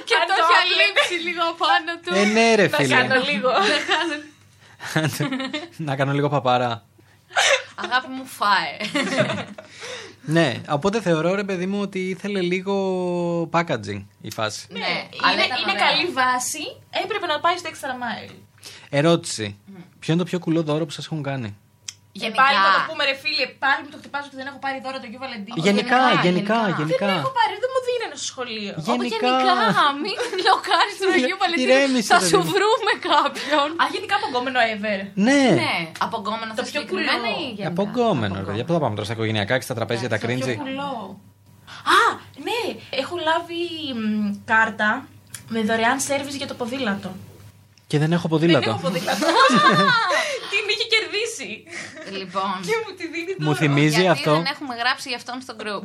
[SPEAKER 4] και
[SPEAKER 3] Αν
[SPEAKER 4] Ναι. το
[SPEAKER 3] το
[SPEAKER 4] είχε
[SPEAKER 3] άκλεπε.
[SPEAKER 4] λείψει λίγο απάνω του.
[SPEAKER 2] Ε, ναι, ρε
[SPEAKER 3] Να κάνω
[SPEAKER 2] φίλε.
[SPEAKER 3] λίγο.
[SPEAKER 2] να κάνω λίγο παπάρα.
[SPEAKER 4] Αγάπη μου, φάε.
[SPEAKER 2] Ναι, οπότε θεωρώ ρε παιδί μου ότι ήθελε λίγο packaging η φάση.
[SPEAKER 4] Ναι,
[SPEAKER 3] Ε, είναι,
[SPEAKER 4] αλλά ήταν
[SPEAKER 3] είναι
[SPEAKER 4] ωραία.
[SPEAKER 3] καλή βάση. Έπρεπε να πάει στο extra mile.
[SPEAKER 2] Ερώτηση. Ποιο είναι το πιο κουλό δώρο που σας έχουν κάνει.
[SPEAKER 3] Και
[SPEAKER 4] Γενικά.
[SPEAKER 3] πάλι θα το πούμε ρε φίλε, πάλι μου το χτυπάζω ότι δεν έχω πάρει δώρο του Αγίου Βαλεντίνου.
[SPEAKER 2] γενικά,
[SPEAKER 4] γενικά,
[SPEAKER 2] γενικά,
[SPEAKER 4] γενικά.
[SPEAKER 3] Δεν έχω
[SPEAKER 2] γενικά.
[SPEAKER 3] πάρει, δεν μου δίνανε στο σχολείο.
[SPEAKER 2] Γε-
[SPEAKER 4] Όπου
[SPEAKER 2] Γενικά.
[SPEAKER 4] γενικά, μην λοκάρει τον Αγίου Βαλεντίνου.
[SPEAKER 2] Ηρέμησε,
[SPEAKER 4] Θα
[SPEAKER 2] ρε,
[SPEAKER 4] σου
[SPEAKER 2] παιδί μου.
[SPEAKER 4] βρούμε κάποιον.
[SPEAKER 3] Α, γενικά αποκόμενο ever.
[SPEAKER 2] Ναι,
[SPEAKER 4] Ναι, απογκόμενο
[SPEAKER 3] Το
[SPEAKER 4] θα
[SPEAKER 3] πιο
[SPEAKER 4] συγκεκριμένα
[SPEAKER 3] κουλό.
[SPEAKER 4] ή γενικά.
[SPEAKER 2] απογκόμενο. ρε. Για πού θα πάμε τώρα στα οικογενειακά και στα τραπέζια τα
[SPEAKER 3] Το
[SPEAKER 4] Εντάξει,
[SPEAKER 3] πιο
[SPEAKER 2] κρίντζι.
[SPEAKER 3] κουλό. Α, ναι, έχω λάβει μ, κάρτα με δωρεάν σερβις για το ποδήλατο.
[SPEAKER 2] Και δεν έχω
[SPEAKER 3] Δεν έχω
[SPEAKER 2] ποδήλατο.
[SPEAKER 3] ποδήλατο. Την είχε κερδίσει.
[SPEAKER 4] Λοιπόν.
[SPEAKER 3] Και μου τη δίνει
[SPEAKER 2] Μου
[SPEAKER 3] τώρα.
[SPEAKER 2] θυμίζει
[SPEAKER 4] Γιατί
[SPEAKER 2] αυτό.
[SPEAKER 4] δεν έχουμε γράψει γι' αυτόν στο group.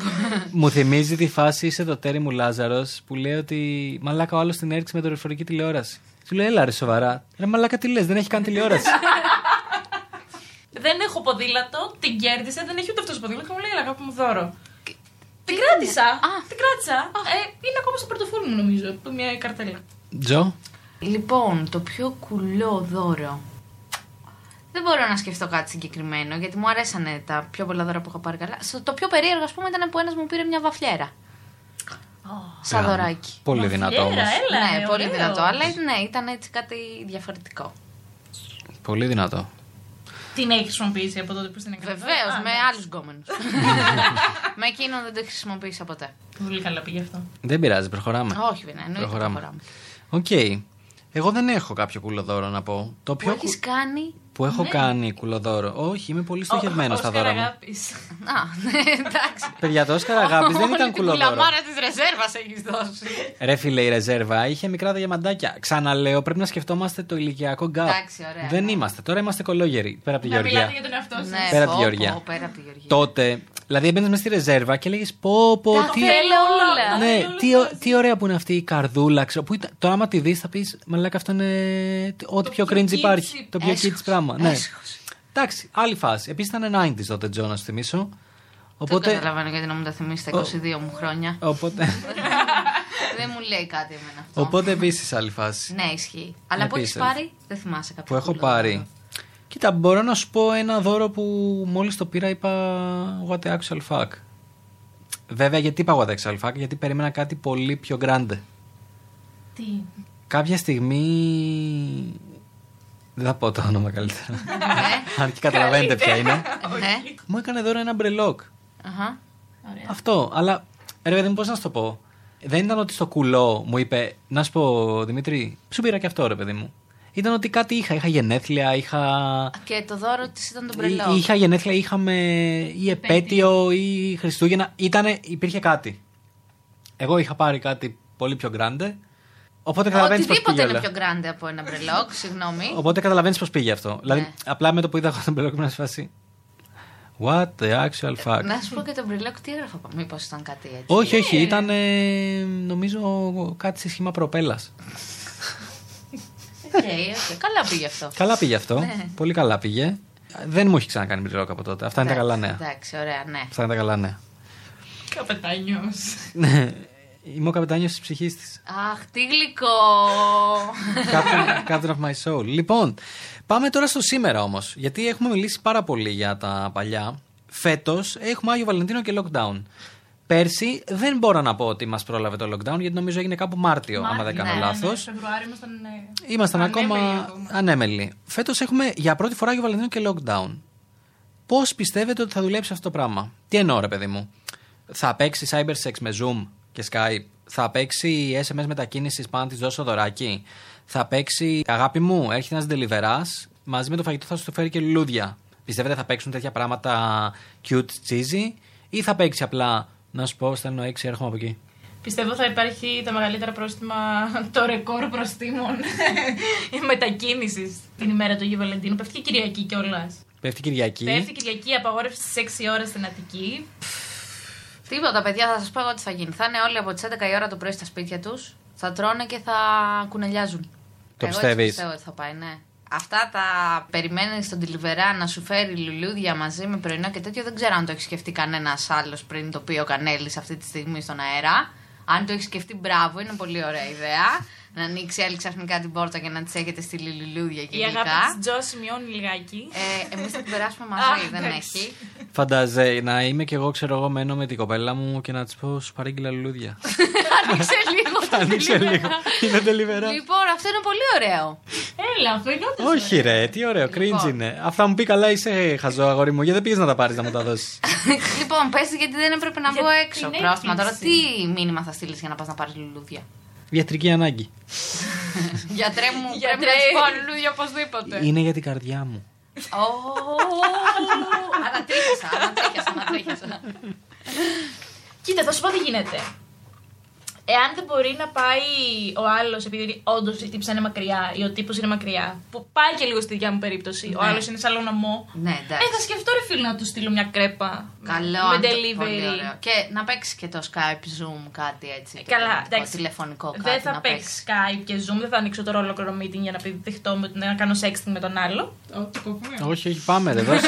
[SPEAKER 2] Μου θυμίζει τη φάση είσαι το τέρι μου Λάζαρος που λέει ότι μαλάκα ο άλλος την έριξε με δορυφορική τηλεόραση. Του λέει, έλα ρε σοβαρά. Ρε μαλάκα τι λες, δεν έχει καν τηλεόραση.
[SPEAKER 3] Δεν έχω ποδήλατο, την κέρδισε, δεν έχει ούτε αυτός ποδήλατο και μου λέει «Έλα, αγάπη μου δώρο. Την κράτησα. Την κράτησα. Ε, είναι ακόμα στο πορτοφόλι μου, νομίζω. που Μια καρτέλα.
[SPEAKER 2] Τζο.
[SPEAKER 4] λοιπόν, το πιο κουλό δώρο. Δεν μπορώ να σκεφτώ κάτι συγκεκριμένο, γιατί μου αρέσανε τα πιο πολλά δώρα που είχα πάρει καλά. Στο- Το πιο περίεργο, ας πούμε, ήταν που ένας μου πήρε μια βαφλιέρα. Σαν δωράκι.
[SPEAKER 2] Πολύ δυνατό όμως.
[SPEAKER 3] Έλα, έλα.
[SPEAKER 4] ναι,
[SPEAKER 3] ε,
[SPEAKER 4] πολύ
[SPEAKER 3] ωραίο.
[SPEAKER 4] δυνατό. Αλλά ναι, ήταν έτσι κάτι διαφορετικό.
[SPEAKER 2] Πολύ δυνατό.
[SPEAKER 3] Την έχεις χρησιμοποιήσει από τότε που στην έκανα.
[SPEAKER 4] Βεβαίως,
[SPEAKER 3] Α,
[SPEAKER 4] με
[SPEAKER 3] ναι.
[SPEAKER 4] άλλους γκόμενους. με εκείνον δεν το έχεις χρησιμοποιήσει ποτέ.
[SPEAKER 3] Πολύ καλά πήγε αυτό.
[SPEAKER 2] Δεν πειράζει, προχωράμε.
[SPEAKER 4] Όχι, βέβαια, εννοείται.
[SPEAKER 2] Ναι. Προχωράμε.
[SPEAKER 4] προχωράμε.
[SPEAKER 2] Οκ. Εγώ δεν έχω κάποιο κουλοδόρο να πω. Το
[SPEAKER 4] Που Ναι.
[SPEAKER 2] πιο
[SPEAKER 4] έχεις κάνει.
[SPEAKER 2] κου- που έχω κάνει κουλοδόρο. Όχι, είμαι πολύ στοχευμένος
[SPEAKER 3] Ο- ο
[SPEAKER 2] στα δώρα μου.
[SPEAKER 3] Σκαραγάπης.
[SPEAKER 4] Α, ναι, εντάξει.
[SPEAKER 2] Παιδιά, το Όσκαρ Αγάπης δεν
[SPEAKER 4] Όλη
[SPEAKER 2] ήταν
[SPEAKER 4] την
[SPEAKER 2] κουλοδόρο.
[SPEAKER 4] κουλαμάρα της ρεζέρβας έχεις
[SPEAKER 3] Ναι,
[SPEAKER 4] δώσει.
[SPEAKER 2] Ρε φίλε, η ρεζέρβα είχε μικρά διαμαντάκια. Ξαναλέω, πρέπει να σκεφτόμαστε το ηλικιακό γκάπ.
[SPEAKER 4] Εντάξει, ωραία,
[SPEAKER 2] δεν
[SPEAKER 4] ναι.
[SPEAKER 2] είμαστε. Τώρα είμαστε κολόγεροι. Πέρα από τη
[SPEAKER 3] Να
[SPEAKER 2] Γεωργία.
[SPEAKER 3] μιλάτε για τον εαυτό σας.
[SPEAKER 4] Ναι,
[SPEAKER 2] Πέρα
[SPEAKER 4] πω,
[SPEAKER 2] από τη Γεωργία.
[SPEAKER 4] πω, Πέρα από τη Γεωργία.
[SPEAKER 2] Τότε, δηλαδή, έμπαινες μέσα στη ρεζέρβα και λέγες Πω, πω,
[SPEAKER 4] Τα
[SPEAKER 2] τι.
[SPEAKER 4] θέλω όλα.
[SPEAKER 3] τα
[SPEAKER 2] Ναι,
[SPEAKER 3] θέλω
[SPEAKER 2] τι, ω- τι ωραία που είναι αυτή η καρδούλα. Ξέρω, που ήταν, το άμα τη δεις, θα πεις Μαλάκα, αυτό είναι τ- ό,τι πιο
[SPEAKER 3] πιο
[SPEAKER 2] cringe
[SPEAKER 3] kids
[SPEAKER 2] υπάρχει. Το πιο
[SPEAKER 4] έσχος,
[SPEAKER 2] kids πράγμα. Ναι.
[SPEAKER 4] έσχος.
[SPEAKER 2] Εντάξει, άλλη φάση. Επίσης ήταν 90s τότε, Τζο, να σου θυμίσω.
[SPEAKER 4] Δεν
[SPEAKER 2] Οπότε.
[SPEAKER 4] καταλαβαίνω γιατί να μου τα θυμίσει τα 22 μου χρόνια.
[SPEAKER 2] Οπότε,
[SPEAKER 4] Δεν μου λέει κάτι εμένα αυτό.
[SPEAKER 2] οπότε επίσης άλλη φάση.
[SPEAKER 4] Ναι, ισχύει. Αλλά που έχει
[SPEAKER 2] επίσης.
[SPEAKER 4] πάρει, δεν θυμάσαι κάποιο.
[SPEAKER 2] που έχω
[SPEAKER 4] κουλοδόρο.
[SPEAKER 2] πάρει. Κοίτα, μπορώ να σου πω ένα δώρο που μόλις το πήρα είπα What the actual fuck. Βέβαια, γιατί είπα What the actual fuck, γιατί περίμενα κάτι πολύ πιο grande.
[SPEAKER 3] Τι.
[SPEAKER 2] Κάποια στιγμή. Δεν θα πω το όνομα καλύτερα.
[SPEAKER 4] Ναι.
[SPEAKER 2] Αν και καταλαβαίνετε ποια είναι.
[SPEAKER 4] Ε, Ναι.
[SPEAKER 2] Μου έκανε δώρο ένα μπρελόκ.
[SPEAKER 4] Αχα.
[SPEAKER 3] Ωραία.
[SPEAKER 2] Αυτό. Αλλά ρε παιδί μου, πώς να σου το πω. Δεν ήταν ότι στο κουλό μου είπε, Να σου πω Δημήτρη, σου πήρα και αυτό ρε παιδί μου. Ήταν ότι κάτι είχα. Είχα γενέθλια, είχα.
[SPEAKER 4] Και το δώρο της ήταν το
[SPEAKER 2] Ή-
[SPEAKER 4] μπρελό.
[SPEAKER 2] Είχα γενέθλια, είχαμε ή επέτειο ή Χριστούγεννα. Ήτανε, υπήρχε κάτι. Εγώ είχα πάρει κάτι πολύ πιο grande. Οπότε καταλαβαίνεις πώς πήγε.
[SPEAKER 4] Οτιδήποτε
[SPEAKER 2] όλα.
[SPEAKER 4] είναι πιο grande από ένα μπρελόκ, συγγνώμη.
[SPEAKER 2] Οπότε καταλαβαίνεις πώς πήγε αυτό. Δηλαδή,
[SPEAKER 4] Ναι.
[SPEAKER 2] απλά με το που είδα εγώ τον μπλοκ, ήμουν σε φάση. What the actual fuck.
[SPEAKER 4] Να σου πω και το μπρελόκ, τι έγραφα από μήπως ήταν κάτι έτσι.
[SPEAKER 2] όχι, όχι, ήταν ε, νομίζω κάτι σε σχήμα προπέλας.
[SPEAKER 4] Ναι. Οκ, οκ. Καλά πήγε αυτό.
[SPEAKER 2] Καλά πήγε αυτό.
[SPEAKER 4] Ναι.
[SPEAKER 2] Πολύ καλά πήγε. Δεν μου έχει ξανακάνει μπριλόκα από τότε. Αυτά είναι τα καλά νέα.
[SPEAKER 4] Εντάξει, ωραία, ναι.
[SPEAKER 2] Αυτά είναι τα καλά νέα.
[SPEAKER 3] Καπετάνιος.
[SPEAKER 2] Ναι. Είμαι ο καπετάνιος της ψυχής της.
[SPEAKER 4] Αχ, τι γλυκό.
[SPEAKER 2] Captain, Captain of my soul. Λοιπόν, πάμε τώρα στο σήμερα όμως. Γιατί έχουμε μιλήσει πάρα πολύ για τα παλιά. Φέτος έχουμε Άγιο Βαλεντίνο και lockdown. Πέρσι δεν μπορώ να πω ότι μας πρόλαβε το lockdown, γιατί νομίζω έγινε κάπου Μάρτιο, άμα δεν κάνω
[SPEAKER 4] ναι, ναι,
[SPEAKER 2] λάθος.
[SPEAKER 3] Φεβρουάριο ήμασταν. ναι,
[SPEAKER 2] Ήμασταν
[SPEAKER 3] ανέμελοι
[SPEAKER 2] ακόμα ανέμελοι. Φέτος έχουμε για πρώτη φορά Άγιο Βαλεντίνο και lockdown. Πώς πιστεύετε ότι θα δουλέψει αυτό το πράγμα, Τι εννοώ, ρε παιδί μου. Θα παίξει cyber sex με Zoom και Skype. Θα παίξει SMS μετακίνησης πάνω της δώσω δωράκι. Θα παίξει αγάπη μου, έρχεται ένας delivery μαζί με το φαγητό θα σου το φέρει και λουλούδια. Πιστεύετε θα παίξουν τέτοια πράγματα cute, cheesy, ή θα παίξει απλά να σου πω, στέλνω 6, έρχομαι από εκεί.
[SPEAKER 3] Πιστεύω θα υπάρχει το μεγαλύτερο πρόστιμα, το ρεκόρ προστήμων μετακίνησης την ημέρα του Αγίου Βαλεντίνου. Πέφτει και Κυριακή κιόλας.
[SPEAKER 2] Πέφτει Κυριακή.
[SPEAKER 3] Πέφτει Κυριακή, απαγόρευση στις 6 ώρα στην Αττική.
[SPEAKER 4] Τίποτα, παιδιά, θα σας πω εγώ τι θα γίνει. Θα είναι όλοι από τις 11 η ώρα το πρωί στα σπίτια τους, θα τρώνε και θα κουνελιάζουν.
[SPEAKER 2] Το
[SPEAKER 4] εγώ έτσι
[SPEAKER 2] πιστεύεις?
[SPEAKER 4] πιστεύω ότι θα πάει, ναι. Αυτά τα περιμένεις στον τηλεβερά να σου φέρει λουλούδια μαζί με πρωινό και τέτοιο, δεν ξέρω αν το έχει σκεφτεί κανένας άλλος πριν το πει ο Κανέλης αυτή τη στιγμή στον αέρα. Αν το έχει σκεφτεί, μπράβο, είναι πολύ ωραία ιδέα. Να ανοίξει άλλη ξαφνικά την πόρτα και να της έχετε στείλει λουλούδια και
[SPEAKER 3] Η αγάπη
[SPEAKER 4] γλυκά.
[SPEAKER 3] της Τζο σημειώνει λιγάκι.
[SPEAKER 4] Ε, Εμείς θα την περάσουμε
[SPEAKER 3] Α,
[SPEAKER 4] μαζί, δεν
[SPEAKER 3] εντάξει.
[SPEAKER 4] έχει.
[SPEAKER 2] Φαντάζε να είμαι κι εγώ, ξέρω εγώ, μένω με την κοπέλα μου και να της πω σου παρήγγειλα λουλούδια.
[SPEAKER 4] Άνοιξε λίγο. το
[SPEAKER 2] Άνοιξε
[SPEAKER 4] delivery.
[SPEAKER 2] λίγο. Είναι τελειβερά.
[SPEAKER 4] Λοιπόν, αυτό είναι πολύ ωραίο.
[SPEAKER 3] Έλα, αυτό είναι
[SPEAKER 4] Λοιπόν,
[SPEAKER 3] όντως
[SPEAKER 2] Όχι
[SPEAKER 3] ωραίο.
[SPEAKER 2] ρε, τι ωραίο, cringe είναι. Αυτά μου πει καλά, είσαι χαζό αγόρι μου, γιατί δεν πήγες να τα πάρεις να μου τα δώσεις.
[SPEAKER 4] λοιπόν, πες γιατί δεν έπρεπε να
[SPEAKER 3] Για
[SPEAKER 4] βγω έξω.
[SPEAKER 3] την
[SPEAKER 4] Πρόστιμα τώρα,
[SPEAKER 3] έκπληξη.
[SPEAKER 4] τι μήνυμα θα στείλεις για να πας να πάρεις λουλούδια.
[SPEAKER 2] Ιατρική ανάγκη.
[SPEAKER 4] Γιατρέ μου,
[SPEAKER 3] Γιατρέ.
[SPEAKER 4] πρέπει να σου πάρει λουλούδια οπωσδήποτε.
[SPEAKER 2] Είναι για την καρδιά μου.
[SPEAKER 4] Ω, Ανατρίχιασα, ανατρίχιασα, ανατρίχιασα.
[SPEAKER 3] Κοίτα, θα σου πω τι γίνεται. Εάν δεν μπορεί να πάει ο άλλος, επειδή όντως η τύψη είναι μακριά ή ο τύπος είναι μακριά, που πάει και λίγο στη δικιά μου περίπτωση, ο
[SPEAKER 4] Ναι.
[SPEAKER 3] άλλος είναι σαν λοναμό.
[SPEAKER 4] Ναι, εντάξει.
[SPEAKER 3] Ε, θα σκεφτώ ρε φίλε να του στείλω μια κρέπα.
[SPEAKER 4] Καλό,
[SPEAKER 3] με
[SPEAKER 4] αν το- πολύ
[SPEAKER 3] delivery.
[SPEAKER 4] ωραίο. Και να παίξεις και το Skype, Zoom, κάτι έτσι.
[SPEAKER 3] Ε, Καλά,
[SPEAKER 4] το
[SPEAKER 3] εντάξει.
[SPEAKER 4] τηλεφωνικό κάτι.
[SPEAKER 3] Δεν θα
[SPEAKER 4] να
[SPEAKER 3] παίξεις Skype και Zoom, δεν θα ανοίξω τώρα ολόκληρο meeting για να πει δεχτώ με- να κάνω sexting με τον άλλο.
[SPEAKER 2] Όχι, όχι, πάμε, δεν δώσε.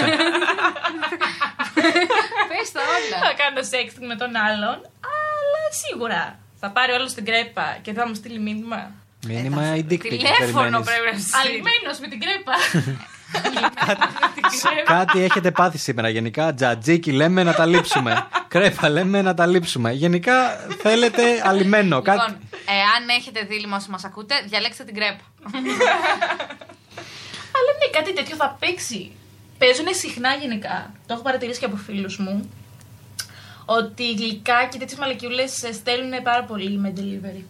[SPEAKER 4] Πες τα όλα.
[SPEAKER 3] θα κάνω sexting με τον άλλον, αλλά σίγουρα θα πάρει όλο την κρέπα και θα μου στείλει μήνυμα.
[SPEAKER 2] Μήνυμα ή dick pic
[SPEAKER 4] Τηλέφωνο
[SPEAKER 2] περιμένεις.
[SPEAKER 4] πρέπει να σου στείλει.
[SPEAKER 3] Αλλημένος με την κρέπα.
[SPEAKER 2] Κάτι έχετε πάθει σήμερα γενικά. Τζατζίκι λέμε να τα λείψουμε. Κρέπα λέμε να τα λείψουμε. Γενικά θέλετε αλυμένο. Κάτι.
[SPEAKER 4] Λοιπόν, εάν έχετε δίλημα όσοι μας ακούτε, διαλέξτε την κρέπα.
[SPEAKER 3] Αλλά ναι, κάτι τέτοιο θα παίξει. Παίζουν συχνά γενικά. Το έχω παρατηρήσει και από φίλους μου. Ότι γλυκά και τέτοιες μαλακιούλες στέλνουν πάρα πολύ με delivery.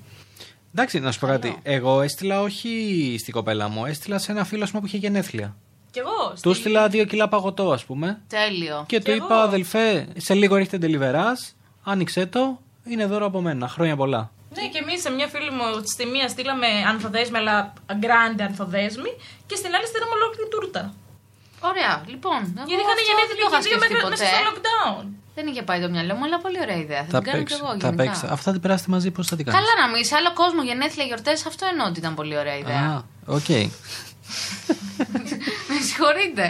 [SPEAKER 2] Εντάξει, να σου πω κάτι. Εγώ έστειλα όχι στην κοπέλα μου, έστειλα σε ένα φίλο ας πούμε, που είχε γενέθλια.
[SPEAKER 3] Κι εγώ.
[SPEAKER 2] Του
[SPEAKER 3] στείλ-
[SPEAKER 2] έστειλα δύο κιλά παγωτό, ας πούμε.
[SPEAKER 4] Τέλειο.
[SPEAKER 2] Και
[SPEAKER 3] Κι
[SPEAKER 2] του
[SPEAKER 3] εγώ.
[SPEAKER 2] είπα, αδελφέ, σε λίγο έρχεται τελιβερά. Άνοιξε το, είναι δώρο από μένα. Χρόνια πολλά.
[SPEAKER 3] Ναι, και εμείς σε μια φίλη μου στη μία στείλαμε ανθοδέσμη, αλλά γκράντε ανθοδέσμη, και στην άλλη στείλαμε ολόκληρη τούρτα.
[SPEAKER 4] Ωραία, λοιπόν. εγώ
[SPEAKER 3] Γιατί είχαν
[SPEAKER 4] αυτό
[SPEAKER 3] γεννήθει
[SPEAKER 4] δεν το είχα
[SPEAKER 3] και
[SPEAKER 4] σκεφτεί
[SPEAKER 3] δύο μέσα
[SPEAKER 4] ποτέ.
[SPEAKER 3] στο lockdown.
[SPEAKER 4] Δεν είχε πάει το μυαλό μου, αλλά πολύ ωραία ιδέα. Ε, Θα, την κάνω κι
[SPEAKER 2] παίξ-
[SPEAKER 4] εγώ
[SPEAKER 2] θα
[SPEAKER 4] γενικά.
[SPEAKER 2] παίξ- Αυτά την περάσετε μαζί, πώς θα την κάνεις.
[SPEAKER 4] Καλά να μην είσαι άλλο κόσμο, γενέθλια, γιορτές. Αυτό εννοώ ότι ήταν πολύ ωραία ιδέα.
[SPEAKER 2] Α, οκ.
[SPEAKER 4] Με συγχωρείτε.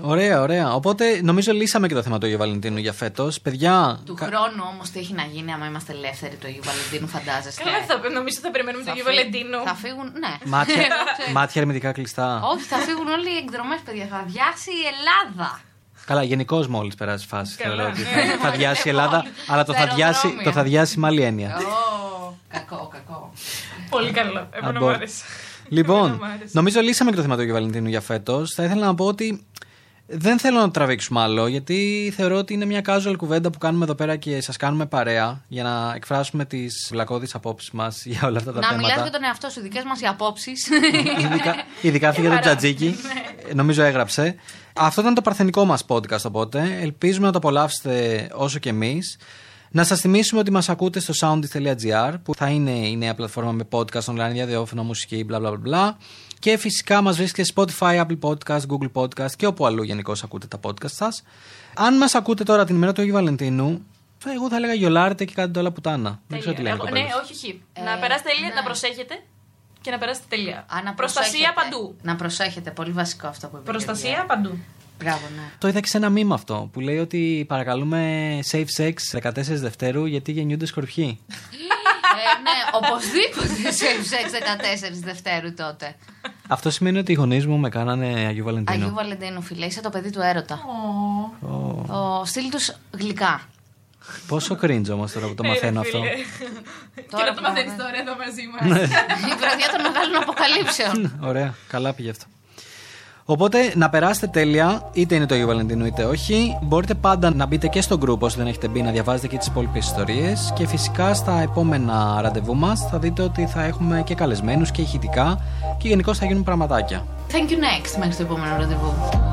[SPEAKER 2] Ωραία, ωραία. Οπότε νομίζω λύσαμε και το θέμα του Αγίου Βαλεντίνου για φέτος. Παιδιά.
[SPEAKER 3] Ε,
[SPEAKER 4] του
[SPEAKER 2] κα-
[SPEAKER 4] χρόνου όμως τι έχει να γίνει άμα είμαστε ελεύθεροι του Αγίου Βαλεντίνου, φαντάζεστε.
[SPEAKER 3] Καλά, θα, νομίζω θα περιμένουμε τον
[SPEAKER 4] φύ-
[SPEAKER 3] Αγίου Βαλεντίνου.
[SPEAKER 4] Θα φύγουν, ναι.
[SPEAKER 2] Μάτια,
[SPEAKER 4] Εγώ ξέρω.
[SPEAKER 2] μάτια ερμητικά κλειστά.
[SPEAKER 4] Όχι, θα φύγουν όλοι οι εκδρομές, παιδιά. Θα διάσει η Ελλάδα.
[SPEAKER 2] Καλά, γενικώς μόλις περάσει η φάση.
[SPEAKER 3] Καλά,
[SPEAKER 2] Θέλω ότι
[SPEAKER 3] ναι.
[SPEAKER 2] θα, θα διάσει η Ελλάδα, αλλά το θα,
[SPEAKER 4] Τα
[SPEAKER 2] διάσει,
[SPEAKER 4] αεροδρόμια.
[SPEAKER 2] το θα διάσει με άλλη έννοια.
[SPEAKER 4] Ω, κακό, κακό.
[SPEAKER 3] Πολύ καλό. Εμένα μου
[SPEAKER 2] Αμπόρ.
[SPEAKER 3] άρεσε.
[SPEAKER 2] Λοιπόν,
[SPEAKER 3] Εμένα μου άρεσε.
[SPEAKER 2] νομίζω λύσαμε και το θέμα του Αγίου Βαλεντίνου για φέτος. Θα ήθελα να πω ότι δεν θέλω να το τραβήξουμε άλλο, γιατί θεωρώ ότι είναι μια casual κουβέντα που κάνουμε εδώ πέρα και σας κάνουμε παρέα για να εκφράσουμε τις βλακώδεις απόψεις μας για όλα αυτά τα
[SPEAKER 4] Να μιλά
[SPEAKER 2] θέματα.
[SPEAKER 4] για τον εαυτό σου, δικές μας οι απόψεις.
[SPEAKER 2] ειδικά ειδικά αυτή για τον Τζατζίκη. νομίζω έγραψε. Αυτό ήταν το παρθενικό μας podcast οπότε. Ελπίζουμε να το απολαύσετε όσο και εμείς. Να σας θυμίσουμε ότι μας ακούτε στο soundist.gr που θα είναι η νέα πλατφόρμα με podcast online, διαδιόφωνο, μουσική, bla bla bla. bla. Και φυσικά μας βρίσκεται Spotify, Apple Podcast, Google Podcast και όπου αλλού γενικώς ακούτε τα podcast σας. Αν μας ακούτε τώρα την ημέρα του Αγίου Βαλεντίνου, θα- εγώ θα έλεγα γιολάρετε και κάντε όλα πουτάνα. Δεν ξέρω τι λένε οι
[SPEAKER 3] Τέλεια.
[SPEAKER 2] κοπέλες.
[SPEAKER 3] Ναι, όχι, όχι. Να περάσετε τέλεια, να προσέχετε. και να περάσετε τελεία.
[SPEAKER 4] Ε, ναι. Α, να
[SPEAKER 3] Προστασία
[SPEAKER 4] προσέχετε.
[SPEAKER 3] παντού.
[SPEAKER 4] Να προσέχετε. Πολύ βασικό αυτό που είπε. η
[SPEAKER 3] Προστασία
[SPEAKER 4] Γεωργία.
[SPEAKER 3] παντού.
[SPEAKER 4] Μπράβο, ναι.
[SPEAKER 2] Το είδα και σε ένα μήμα αυτό που λέει ότι παρακαλούμε safe sex 14 Δευτέρου γιατί γεννιούνται σκορπιοί.
[SPEAKER 4] ε, ναι, οπωσδήποτε safe sex 14 Δευτέρου τότε.
[SPEAKER 2] αυτό σημαίνει ότι οι γονείς μου με κάνανε Αγίου
[SPEAKER 4] Αγίου
[SPEAKER 2] Βαλεντίνου.
[SPEAKER 4] Βαλεντίνου, φίλε, είσαι το παιδί του έρωτα.
[SPEAKER 3] Ω,
[SPEAKER 2] Ω,
[SPEAKER 4] Ο, στείλ τους γλυκά.
[SPEAKER 2] Πόσο cringe όμως τώρα που το
[SPEAKER 3] ε,
[SPEAKER 2] μαθαίνω
[SPEAKER 3] ρε,
[SPEAKER 2] αυτό. Ναι.
[SPEAKER 3] φίλε. Και
[SPEAKER 4] Τώρα
[SPEAKER 3] να το μαθαίνει
[SPEAKER 4] που
[SPEAKER 3] τώρα εδώ μαζί μας.
[SPEAKER 4] Η βραδιά των μεγάλων αποκαλύψεων.
[SPEAKER 2] Ωραία, καλά πήγε αυτό. Οπότε να περάσετε τέλεια, είτε είναι το Αγίου Βαλεντίνου είτε όχι. Μπορείτε πάντα να μπείτε και στο group όσοι δεν έχετε μπει, να διαβάζετε και τις υπόλοιπες ιστορίες. Και φυσικά στα επόμενα ραντεβού μας θα δείτε ότι θα έχουμε και καλεσμένους και ηχητικά και γενικώς θα γίνουν πραγματάκια.
[SPEAKER 4] Thank you next μέχρι το επόμενο ραντεβού.